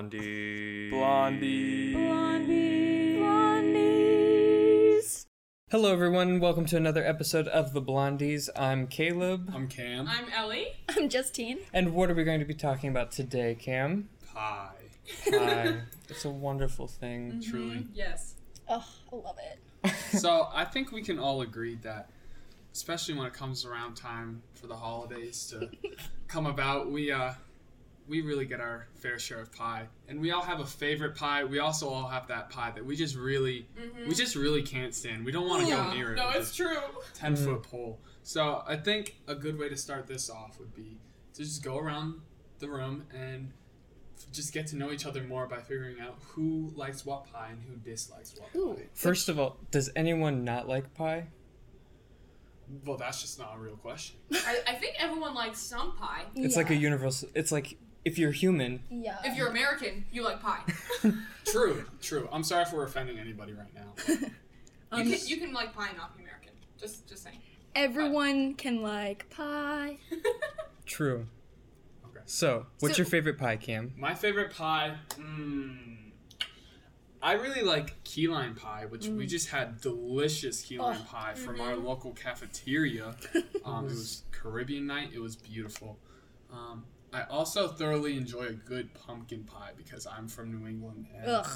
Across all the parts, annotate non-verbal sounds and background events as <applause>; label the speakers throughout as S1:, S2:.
S1: Blondie.
S2: Blondie.
S3: Blondie. Blondies.
S2: Hello, everyone. Welcome to another episode of The Blondies. I'm Caleb.
S4: I'm Cam.
S5: I'm Ellie.
S3: I'm Justine.
S2: And what are we going to be talking about today,
S3: <laughs>
S2: Cam?
S4: Hi.
S2: Hi. It's a wonderful thing.
S3: Mm-hmm.
S4: Truly.
S5: Yes.
S3: Oh, I love it.
S4: so I think we can all agree that, especially when it comes around time for the holidays <laughs> to come about, we uh, we really get our fair share of pie, and we all have a favorite pie. We also all have that pie that we just really, we just really can't stand. We don't want to go near it.
S5: No,
S4: with
S5: it's
S4: this
S5: true.
S4: ten foot pole. So I think a good way to start this off would be to just go around the room and f- just get to know each other more by figuring out who likes what pie and who dislikes what
S3: Ooh.
S4: pie.
S2: First of all, does anyone not like pie?
S4: Well, that's just not a real question.
S5: I, I think everyone likes some pie.
S2: It's like a universal. It's like if you're
S3: <laughs>
S2: human,
S3: yeah.
S5: If you're American, you like pie.
S4: true, true. I'm sorry if we're offending anybody right now.
S5: You can, you can like pie and not be American. Just just saying.
S3: everyone can like pie. <laughs>
S2: true.
S4: Okay.
S2: So, what's
S3: So-
S2: your favorite pie, Cam?
S4: My favorite pie, mm, I really like key lime pie, which we just had delicious key lime pie from our local cafeteria. Um, it was Caribbean night. It was beautiful. Um, I also thoroughly enjoy a good pumpkin pie because I'm from New England. And
S3: Ugh.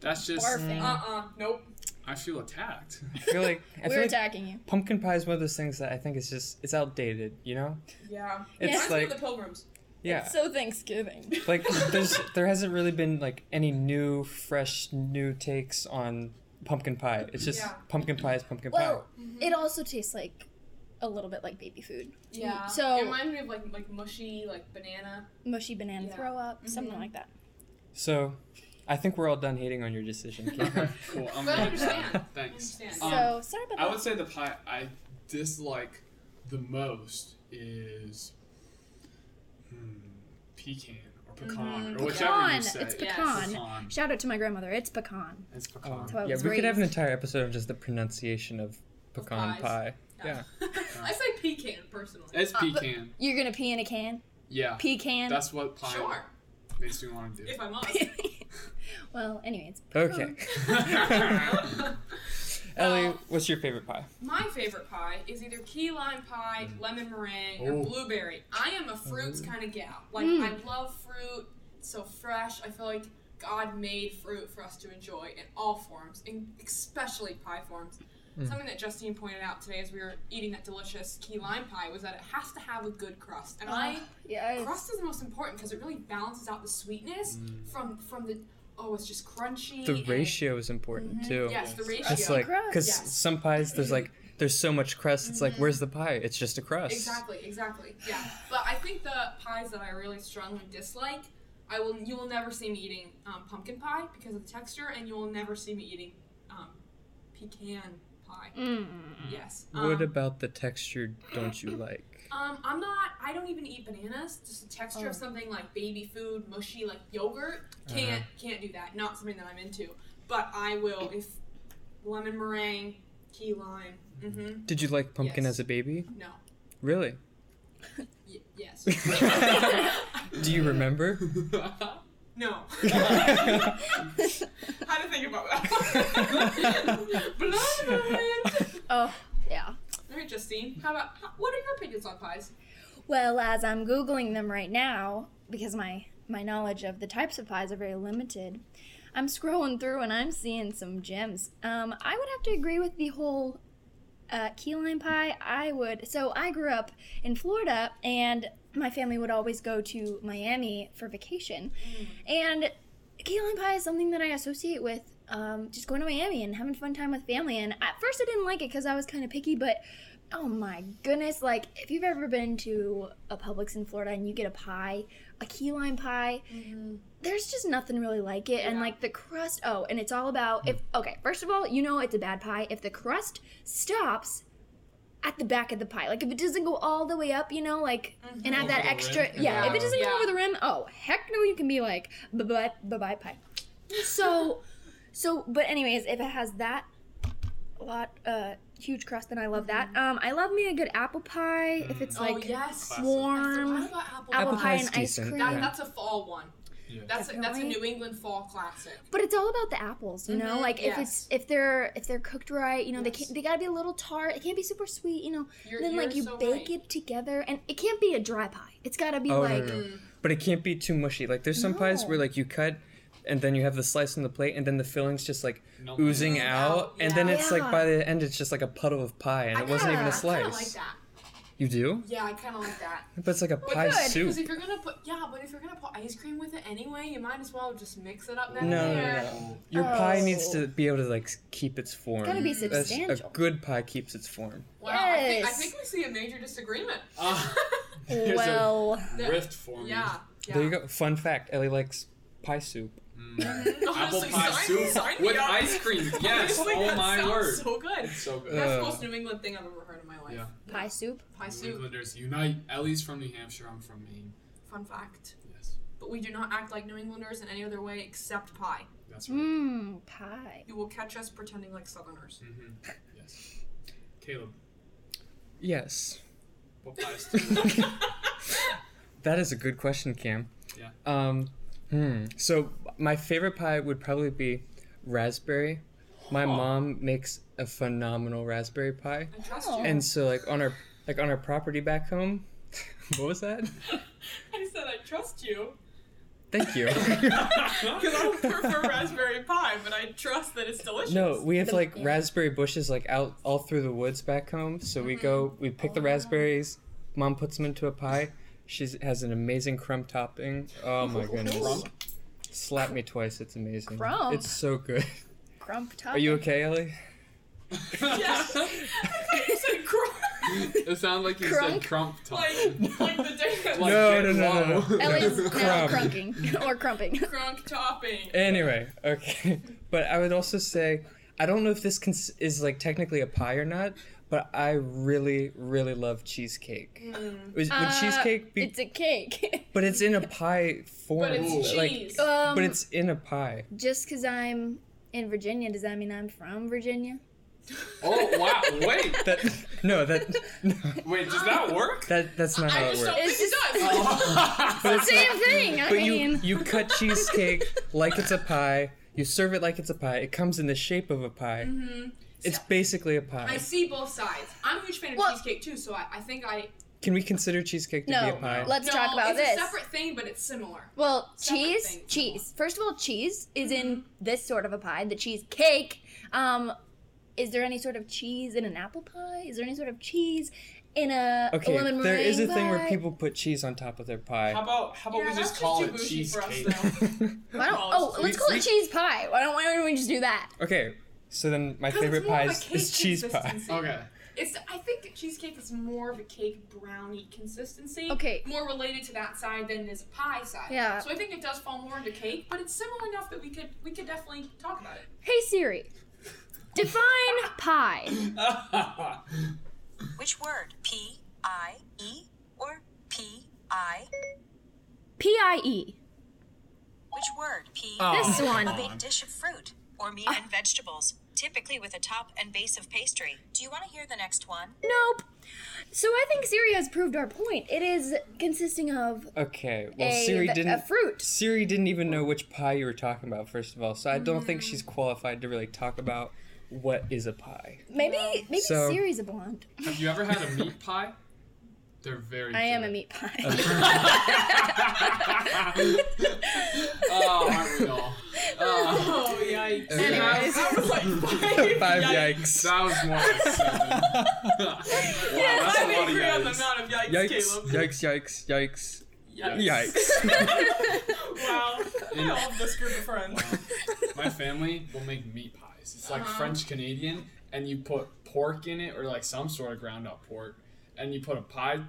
S4: That's just,
S3: Barfing.
S5: Uh uh Nope.
S4: I feel <laughs> attacked.
S2: I feel like I
S3: <laughs> We're
S2: feel like
S3: attacking you.
S2: pumpkin pie is one of those things that I think is just it's outdated. You know?
S5: Yeah.
S2: It's
S5: Reminds me of
S2: like-
S5: the Pilgrims.
S2: Yeah.
S3: So Thanksgiving.
S2: like there's there hasn't really been like any new fresh new takes on pumpkin pie it's just
S5: Yeah.
S2: pumpkin pie is pumpkin
S3: Well,
S2: pie
S3: it also tastes like a little bit like baby food.
S5: Yeah.
S3: So-
S5: it reminds me of like like mushy like banana.
S3: Mushy banana
S5: Yeah.
S3: throw up, something like that.
S2: so i think we're all done hating on your
S5: <laughs>
S2: decision Cam.
S4: cool. I'm
S5: But I
S4: glad.
S5: understand.
S4: Thanks.
S5: Understand.
S4: Um,
S3: so sorry about
S4: I
S3: that.
S4: would say the pie I dislike the most is hmm, pecan or pecan or whichever
S3: Pecan.
S4: you say.
S3: It's
S5: yes.
S3: pecan.
S4: Pecan.
S3: Shout out to my grandmother. It's pecan.
S4: It's pecan.
S3: So I
S2: Um, yeah
S3: was
S2: we could have an
S3: raised-
S2: entire episode of just the pronunciation of pecan
S5: pies.
S2: pie yeah
S5: <laughs> I say pecan personally.
S4: It's
S3: Uh, but-
S4: pecan.
S3: You're gonna pee in a can.
S4: Yeah.
S3: Pecan.
S4: That's what pie
S5: Sure.
S4: makes me want to do.
S5: If I'm honest.
S3: <laughs> well, anyway, it's
S2: okay
S5: <laughs>
S2: <laughs> ellie
S5: Well-
S2: what's your favorite pie
S5: My favorite pie is either key lime pie,
S2: Mm.
S5: lemon meringue,
S4: Ooh.
S2: Oh.
S5: or blueberry. I am a fruits kind of gal. Like I love fruit. It's so fresh. I feel like God made fruit for us to enjoy in all forms, and especially pie forms.
S2: Mm.
S5: Something that Justine pointed out today as we were eating that delicious key lime pie was that it has to have a good crust, and I
S3: yeah.
S5: crust is the most important because it really balances out the sweetness from from the oh it's just crunchy.
S2: Mm. the
S5: and-
S2: ratio is important too
S5: Mm-hmm. Yes, the ratio.
S2: that's like
S3: Crust.
S2: because
S5: Yes. Mm-hmm.
S2: some pies there's like there's so much crust it's like where's the pie it's just a crust
S5: Exactly, exactly. Yeah. But I think the pies that I really strongly dislike, I will you will never see me eating um, pumpkin pie because of the texture, and you will never see me eating um, pecan pie.
S3: Mm.
S2: <laughs>
S5: Yes. Um,
S2: what about the texture don't you like
S5: um, I'm not. I don't even eat bananas. Just the texture of something like baby food, mushy like yogurt. Can't can't do that. Not something that I'm into. But I will if lemon meringue, key lime. Mm-hmm.
S2: did you like pumpkin
S5: Yes.
S2: as a baby
S5: No.
S2: really
S5: Y- yes. <laughs>
S2: Do you remember?
S4: <laughs>
S5: No. Had to think about
S2: <laughs>
S5: that. Blonde.
S3: <laughs> Oh, yeah.
S5: All right, Justine. How about how, what are your opinions on pies?
S3: Well, as I'm googling them right now, because my my knowledge of the types of pies are very limited, I'm scrolling through and I'm seeing some gems. Um, I would have to agree with the whole uh, key lime pie. I would. So I grew up in Florida, and my family would always go to Miami for vacation, and key lime pie is something that I associate with. Um, just going to Miami and having a fun time with family. And at first, I didn't like it because I was kind of picky, but Oh my goodness. Like, if you've ever been to a Publix in Florida and you get a pie, a key lime pie, there's just nothing really like it. And,
S5: Mm-hmm. Yeah.
S3: like, the crust, oh, and it's all about if, okay, first of all, you know it's a bad pie if the crust stops at the back of the pie. Like, if it doesn't go all the way up, you know, like, and have
S4: Over
S3: that
S4: the
S3: extra,
S4: rim.
S3: yeah, if it
S4: Yeah.
S3: doesn't go
S5: Mm-hmm. Yeah.
S3: over the rim, oh, heck no, you can be like, bye bye, bye bye
S5: <laughs>
S3: pie. So, so, but, anyways, if it has that a lot uh huge crust and I love that. Um I love me a good apple pie if it's
S5: Mm-hmm. Oh,
S3: like
S5: yes.
S4: Classic.
S5: warm.
S3: warm
S5: About apple,
S2: <laughs>
S3: apple
S2: Apple
S3: pie
S2: pie's
S3: and ice
S2: decent,
S3: cream.
S5: That,
S2: yeah.
S5: That's a fall one.
S4: Yeah.
S5: That's a, that's a
S3: Definitely.
S5: New England fall classic.
S3: But it's all about the apples, you know.
S5: Mhm,
S3: Like if it's
S5: yes.
S3: if they're if they're cooked right, you know, they
S5: Yes.
S3: can't they gotta be a little tart. It can't be super sweet, you know.
S5: You're-
S3: then like
S5: you're
S3: you
S5: so
S3: bake
S5: right.
S3: it together, and it can't be a dry pie. It's gotta be
S2: Oh, no,
S3: like Mm.
S2: no, no. But it can't be too mushy. Like there's some pies
S3: No.
S2: where like you cut and then you have the slice on the plate and then the filling's just like
S4: Melt
S2: oozing
S5: down.
S2: out, and then
S5: Yeah.
S2: it's like by the end it's just like a puddle of pie and it wasn't even
S3: kinda-
S2: a
S5: I kind of like
S2: slice.
S5: that.
S2: you do?
S5: Yeah, I kind of like that.
S2: But it's like a pie
S3: good,
S5: Because
S2: soup.
S5: if you're gonna put yeah, but if you're gonna put ice cream with it anyway, you might as well just mix it up
S2: No,
S5: then
S2: no,
S5: and
S2: no,
S5: there.
S2: no. Your pie needs
S3: Oh.
S2: to be able to like s- keep its form.
S3: gotta be
S2: That's-
S3: substantial.
S2: A good pie keeps its form.
S5: Wow, I, think, I
S3: Yes.
S5: think we see a major disagreement.
S4: Ah. There's
S3: well,
S4: a rift forming.
S5: <laughs> yeah, yeah.
S2: There you go. Fun fact: Ellie likes pie soup.
S4: Mm.
S5: <laughs>
S4: Apple
S5: Honestly,
S4: pie
S5: sign-
S4: soup
S5: sign me
S4: with
S5: up.
S4: ice
S5: <laughs>
S4: cream. Yes.
S5: Honestly,
S4: oh
S5: that
S4: my
S5: sounds
S4: word.
S5: So good.
S4: So good.
S5: That's
S2: Uh,
S5: the most New England thing I've ever heard in my life.
S4: Yeah.
S3: pie soup.
S5: Pie
S4: New
S5: soup.
S4: Englanders unite. Ellie's from New Hampshire. I'm from Maine.
S5: Fun fact.
S4: Yes.
S5: But we do not act like New Englanders in any other way except pie.
S4: That's
S5: Mm.
S4: right.
S3: Mmm, pie.
S5: You will catch us pretending like Southerners.
S2: <laughs>
S4: Mm-hmm. Yes. Caleb,
S2: Yes,
S4: what
S5: <laughs>
S4: pies do you like?
S2: that is a good question, Cam.
S4: Yeah.
S2: Um, hmm. So my favorite pie would probably be raspberry. My mom makes a phenomenal raspberry pie,
S5: I trust
S3: Oh.
S5: you.
S2: and so like on our like on our property back home. <laughs> what was that?
S5: <laughs> I said I trust you.
S2: <laughs> Thank you.
S5: Because I don't prefer raspberry pie, but I trust that it's delicious.
S2: No,
S5: <laughs>
S2: we have
S3: The-
S2: like
S3: yeah.
S2: raspberry bushes like out all through the woods back home. So we
S3: Mm-hmm.
S2: go, we pick the
S3: Oh,
S2: raspberries. Mom puts them into a pie. She has an amazing crumb topping. Oh my goodness!
S4: Crump?
S2: Slap me twice. It's amazing.
S3: Crumb?
S2: It's so good.
S3: Crump top.
S2: Are you okay, Ellie? <laughs>
S5: Yes. I thought you said crump.
S4: It sounded like you said
S3: Crunk?
S4: crump top.
S5: <laughs> like, like the day that
S4: Like,
S2: No,
S4: get
S2: no, no, no,
S4: low.
S2: no. <laughs>
S3: Ellie's now
S2: Crumb.
S3: crunking <laughs> or crumping.
S5: crunk topping.
S2: Anyway, okay. <laughs> But I would also say I don't know if this cons- is like technically a pie or not, but I really, really love cheesecake. Would,
S5: Mm.
S2: would
S3: Uh,
S2: cheesecake be?
S3: It's a cake. <laughs>
S2: but it's
S5: <laughs>
S2: in a pie form.
S5: But it's
S4: Ooh.
S2: like-
S5: cheese.
S3: um,
S2: but it's in a pie.
S3: just because I'm in Virginia, does that mean I'm from Virginia?
S4: Oh wow! Wait,
S2: That <laughs> no, that no,
S4: wait. Does that
S5: <laughs>
S4: work?
S2: that that's not how
S5: <laughs> I
S2: it
S5: just don't
S2: works.
S5: think it
S3: It's just-
S5: does. <laughs>
S3: <laughs>
S4: but
S2: it's
S3: Same thing. I
S2: But you
S3: mean,
S2: you cut cheesecake like it's a pie. You serve it like it's a pie. It comes in the shape of a pie. It's basically a
S5: Mm-hmm. I
S2: pie.
S5: see both sides. I'm a huge fan of
S3: Well-
S5: cheesecake too, so I, I think I.
S2: Can we consider cheesecake to be a
S3: no.
S2: pie?
S3: Let's
S5: no,
S3: talk about
S5: it's
S3: this.
S5: a separate thing, but it's similar.
S3: Well,
S5: Separate Mm-hmm.
S3: cheese,
S5: things.
S3: cheese. First of all, cheese is in this sort of a pie, the cheesecake. Um, is there any sort of cheese in an apple pie? Is there any sort of cheese in a a
S2: Okay,
S3: lemon
S2: there is a
S3: meringue
S2: thing where
S3: pie?
S2: people put cheese on top of their <laughs>
S4: How
S2: pie.
S4: about how about
S5: Yeah,
S4: we
S5: that's
S4: just call
S5: just
S4: it
S5: too bougie for us,
S4: cheesecake?
S3: Why don't,
S4: Oh,
S3: oh, let's
S4: we-
S3: call
S4: we-
S3: it cheese pie. Why don't Why don't we just do that?
S2: okay, so then my
S5: 'Cause it's
S2: favorite
S5: more
S2: pie
S5: of a
S2: is,
S5: cake
S2: is cheese pie. <laughs>
S5: consistency.
S4: okay.
S5: It's. I think cheesecake is more of a cake brownie consistency.
S3: Okay.
S5: More related to that side than it is a pie side.
S3: Yeah.
S5: So I think it does fall more into cake, but it's similar enough that we could we could definitely talk about <laughs> it.
S3: Hey Siri, define pie.
S1: Which word? P I E or P I?
S3: P I E.
S1: Which word? P. E.
S3: This one. Ah.
S1: A baked dish of fruit or meat and vegetables, typically with a top and base of pastry. Do you want to hear the next one?
S3: Nope. So I think Siri has proved our point. It is consisting of
S2: Okay, well
S3: A-
S2: Siri
S3: a
S2: didn't
S3: fruit.
S2: Siri didn't even know which pie you were talking about first of all, so I don't think
S5: Mm.
S2: she's qualified to really talk about what is a pie.
S3: maybe maybe
S2: So-
S3: Siri's a blonde.
S4: Have you ever had a meat pie? They're very.
S3: I am
S4: good.
S3: a meat pie.
S4: Oh, aren't we
S5: <laughs>
S4: all? Oh,
S5: Oh yikes!
S3: Anyways.
S5: that was like <laughs> five.
S2: Five
S5: yikes.
S2: <laughs> yikes.
S4: that was more like
S5: <laughs>
S4: seven. wow, that's
S5: I'm
S4: a lot of
S5: angry on the
S4: yikes.
S5: amount of yikes,
S2: Yikes,
S5: Caleb.
S2: yikes, yikes, yikes,
S5: Yikes.
S2: yikes.
S5: Wow. <laughs> I love this group of friends. Uh-huh.
S4: My family will make meat pies. It's like French Canadian, and you put pork in it or like some sort of ground up pork, and you put a pie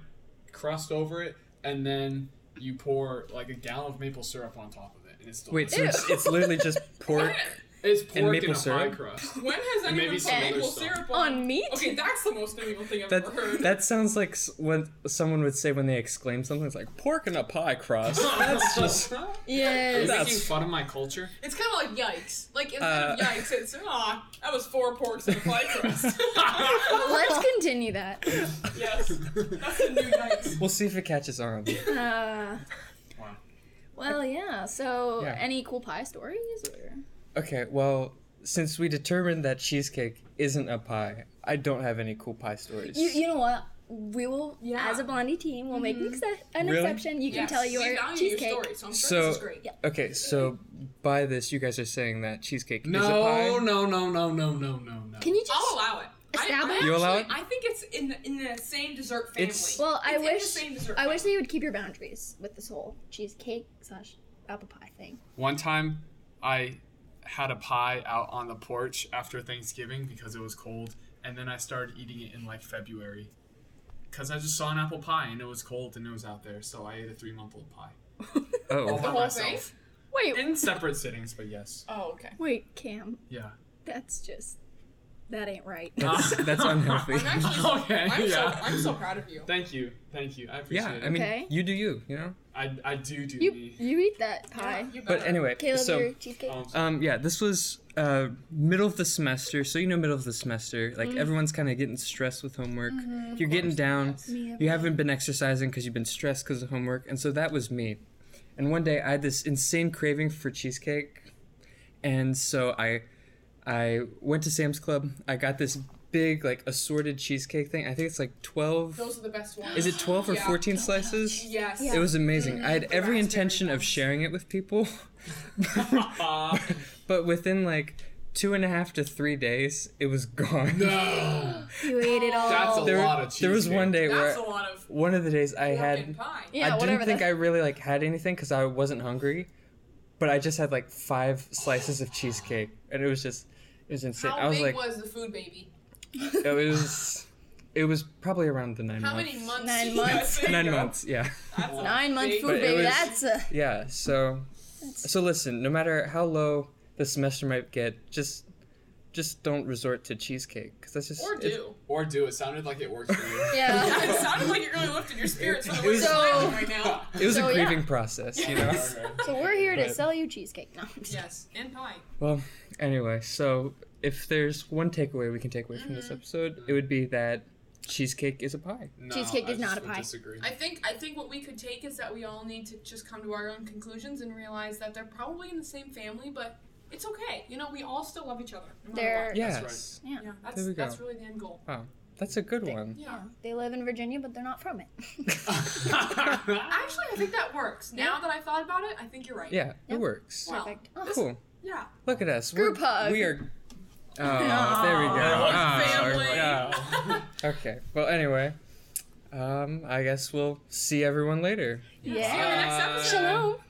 S4: crust over it, and then you pour like a gallon of maple syrup on top of it, and it's
S2: <laughs> Wait,
S4: delicious.
S2: so it's, it's literally just
S5: <laughs>
S2: pork.
S4: it's pork and
S2: maple
S4: a
S2: syrup?
S4: pie crust.
S5: When has anyone
S4: Maybe
S5: put
S4: some other
S5: maple
S4: stuff.
S5: syrup on?
S3: <laughs> On meat?
S5: Okay, that's the most New England thing I've ever
S2: That
S5: heard.
S2: that sounds like s- when someone would say when they exclaim something. It's like pork and a pie <laughs> crust. That's just
S4: Are
S3: <laughs>
S4: you
S3: Yes.
S4: making
S2: That's-
S4: fun of my culture?
S5: it's kind of like yikes. Like instead of
S2: Uh,
S5: yikes, it's ah, that was four porks and a pie
S2: <laughs>
S5: crust. <laughs>
S3: Let's continue that.
S5: yes, that's a new yikes.
S2: We'll see if it catches on.
S3: Uh,
S4: Wow.
S3: Well, yeah. So,
S2: Yeah.
S3: any cool pie stories? Or...
S2: Okay, well, since we determined that cheesecake isn't a pie, I don't have any cool pie stories.
S3: You, you know what? We will,
S5: Yeah.
S3: as a Blondie team, we'll make an, exce- an
S2: Really?
S3: exception. You can
S5: Yes.
S3: tell
S5: We
S3: your
S5: value
S3: cheesecake.
S5: Your story, so I'm sure
S2: So-
S5: this is great.
S3: Yeah.
S2: Okay, so by this, you guys are saying that cheesecake is a
S4: No,
S2: pie.
S4: no, no, no, no, no, no, no.
S3: Can you just?
S5: I'll allow it. I- I
S3: Establish-
S2: You allow
S5: actually- I think it's in the, in the same dessert family.
S2: It's-
S3: well, I
S5: It's in the
S3: wish.
S5: same dessert
S3: I
S5: plan.
S3: wish that you would keep your boundaries with this whole cheesecake slash apple pie thing.
S4: One time, I had a pie out on the porch after Thanksgiving because it was cold, and then I started eating it in like February, because I just saw an apple pie and it was cold and it was out there, so I ate a three-month-old pie all
S2: Oh,
S4: by
S5: whole
S4: myself
S3: Wait,
S4: in separate sittings. But yes,
S5: oh, okay.
S3: wait, Cam.
S4: yeah.
S3: That's just. That ain't right.
S2: that's,
S4: <laughs>
S2: that's unhealthy. <laughs>
S5: I'm actually so,
S4: Okay,
S5: I'm,
S4: yeah.
S5: so, I'm so proud of you.
S4: Thank you, thank you. I appreciate
S2: yeah,
S4: it.
S2: I mean,
S3: Okay.
S2: you do you, you know?
S4: I, I do do
S3: <laughs> You
S4: <laughs> me.
S3: you eat that pie.
S5: Yeah, you
S2: But
S5: better.
S2: anyway,
S3: Uh, Caleb,
S2: so.
S3: your cheesecake.
S4: Um,
S2: Um, yeah, this was uh, middle of the semester, so you know, middle of the semester, like
S5: Mm.
S2: everyone's kind of getting stressed with homework.
S5: Mm-hmm.
S2: You're getting down.
S3: Me
S2: You haven't been exercising because you've been stressed because of homework, and so that was me. And one day I had this insane craving for cheesecake, and so I, I went to Sam's Club. I got this big like assorted cheesecake thing. I think it's like twelve.
S5: Those are the best ones.
S2: Is it twelve or
S5: Yeah.
S2: fourteen slices?
S5: Yes.
S3: Yeah.
S2: It was amazing. I had every
S5: raspberry
S2: intention of
S5: ones.
S2: sharing it with
S4: <laughs>
S2: people. but within like two and a half to three days, it was gone.
S4: no,
S3: You ate it all.
S4: that's
S2: <laughs>
S4: a
S2: There,
S4: lot of cheese.
S2: there was one day
S5: That's
S2: where
S5: a lot of
S2: one of the days I
S5: pumpkin
S2: had
S5: pie.
S3: <laughs> yeah,
S2: I
S3: whatever.
S2: didn't think I
S3: that-
S2: really like had anything because I wasn't hungry, but I just had like five slices of cheesecake and it was just it was insane.
S5: How
S2: I was like
S5: big was the food baby?
S2: it was it was probably around the nine
S5: How
S2: months.
S5: many months?
S3: Nine
S5: Yeah,
S3: months.
S5: there you
S2: Nine
S5: go.
S2: months, yeah.
S5: That's a
S3: Nine month
S5: big-
S3: food,
S2: But it
S3: baby.
S2: was-
S3: That's a.
S2: Yeah, so so listen, no matter how low the semester might get, just just don't resort to cheesecake because that's just
S5: Or
S2: it's-
S5: do. <laughs>
S4: Or do it sounded like it worked for you.
S3: Yeah.
S5: it sounded like it really lifted your spirits.
S2: It
S5: It
S2: was-
S5: was oh smiling right now.
S2: It was
S3: So,
S2: a
S3: Oh, yeah.
S2: grieving process, you know.
S4: Okay.
S3: So we're here to
S2: But-
S3: sell you cheesecake. No.
S5: Yes, and pie.
S2: well, anyway, so if there's one takeaway we can take away from
S3: Mm-hmm.
S2: this episode, it would be that cheesecake is a pie.
S4: <laughs> No,
S3: Cheesecake
S4: I
S3: is not
S4: just
S3: a
S4: would
S3: pie.
S4: Disagree.
S5: I think I think what we could take is that we all need to just come to our own conclusions and realize that they're probably in the same family, but it's okay. You know, we all still love each other. no matter
S3: They're.
S2: Yes.
S4: That's
S5: what. yeah, that's
S2: There we go.
S5: that's really the end goal.
S2: Wow. That's a good one.
S5: Yeah.
S3: They live in Virginia, but they're not from it. <laughs>
S5: Actually, I think that works. Now that I thought about it, I think you're right.
S2: Yeah,
S3: Yep.
S2: it works.
S5: Wow.
S3: Perfect. Oh.
S2: Cool.
S5: Yeah.
S2: Look at us.
S3: Group
S2: We're,
S3: hug.
S2: We are. Oh, there we go.
S4: Aw,
S2: Ah,
S5: family.
S2: yeah. Okay. Well, anyway, um, I guess we'll see everyone later.
S5: See you in the
S3: Yeah. Uh,
S5: next episode.
S3: Shalom.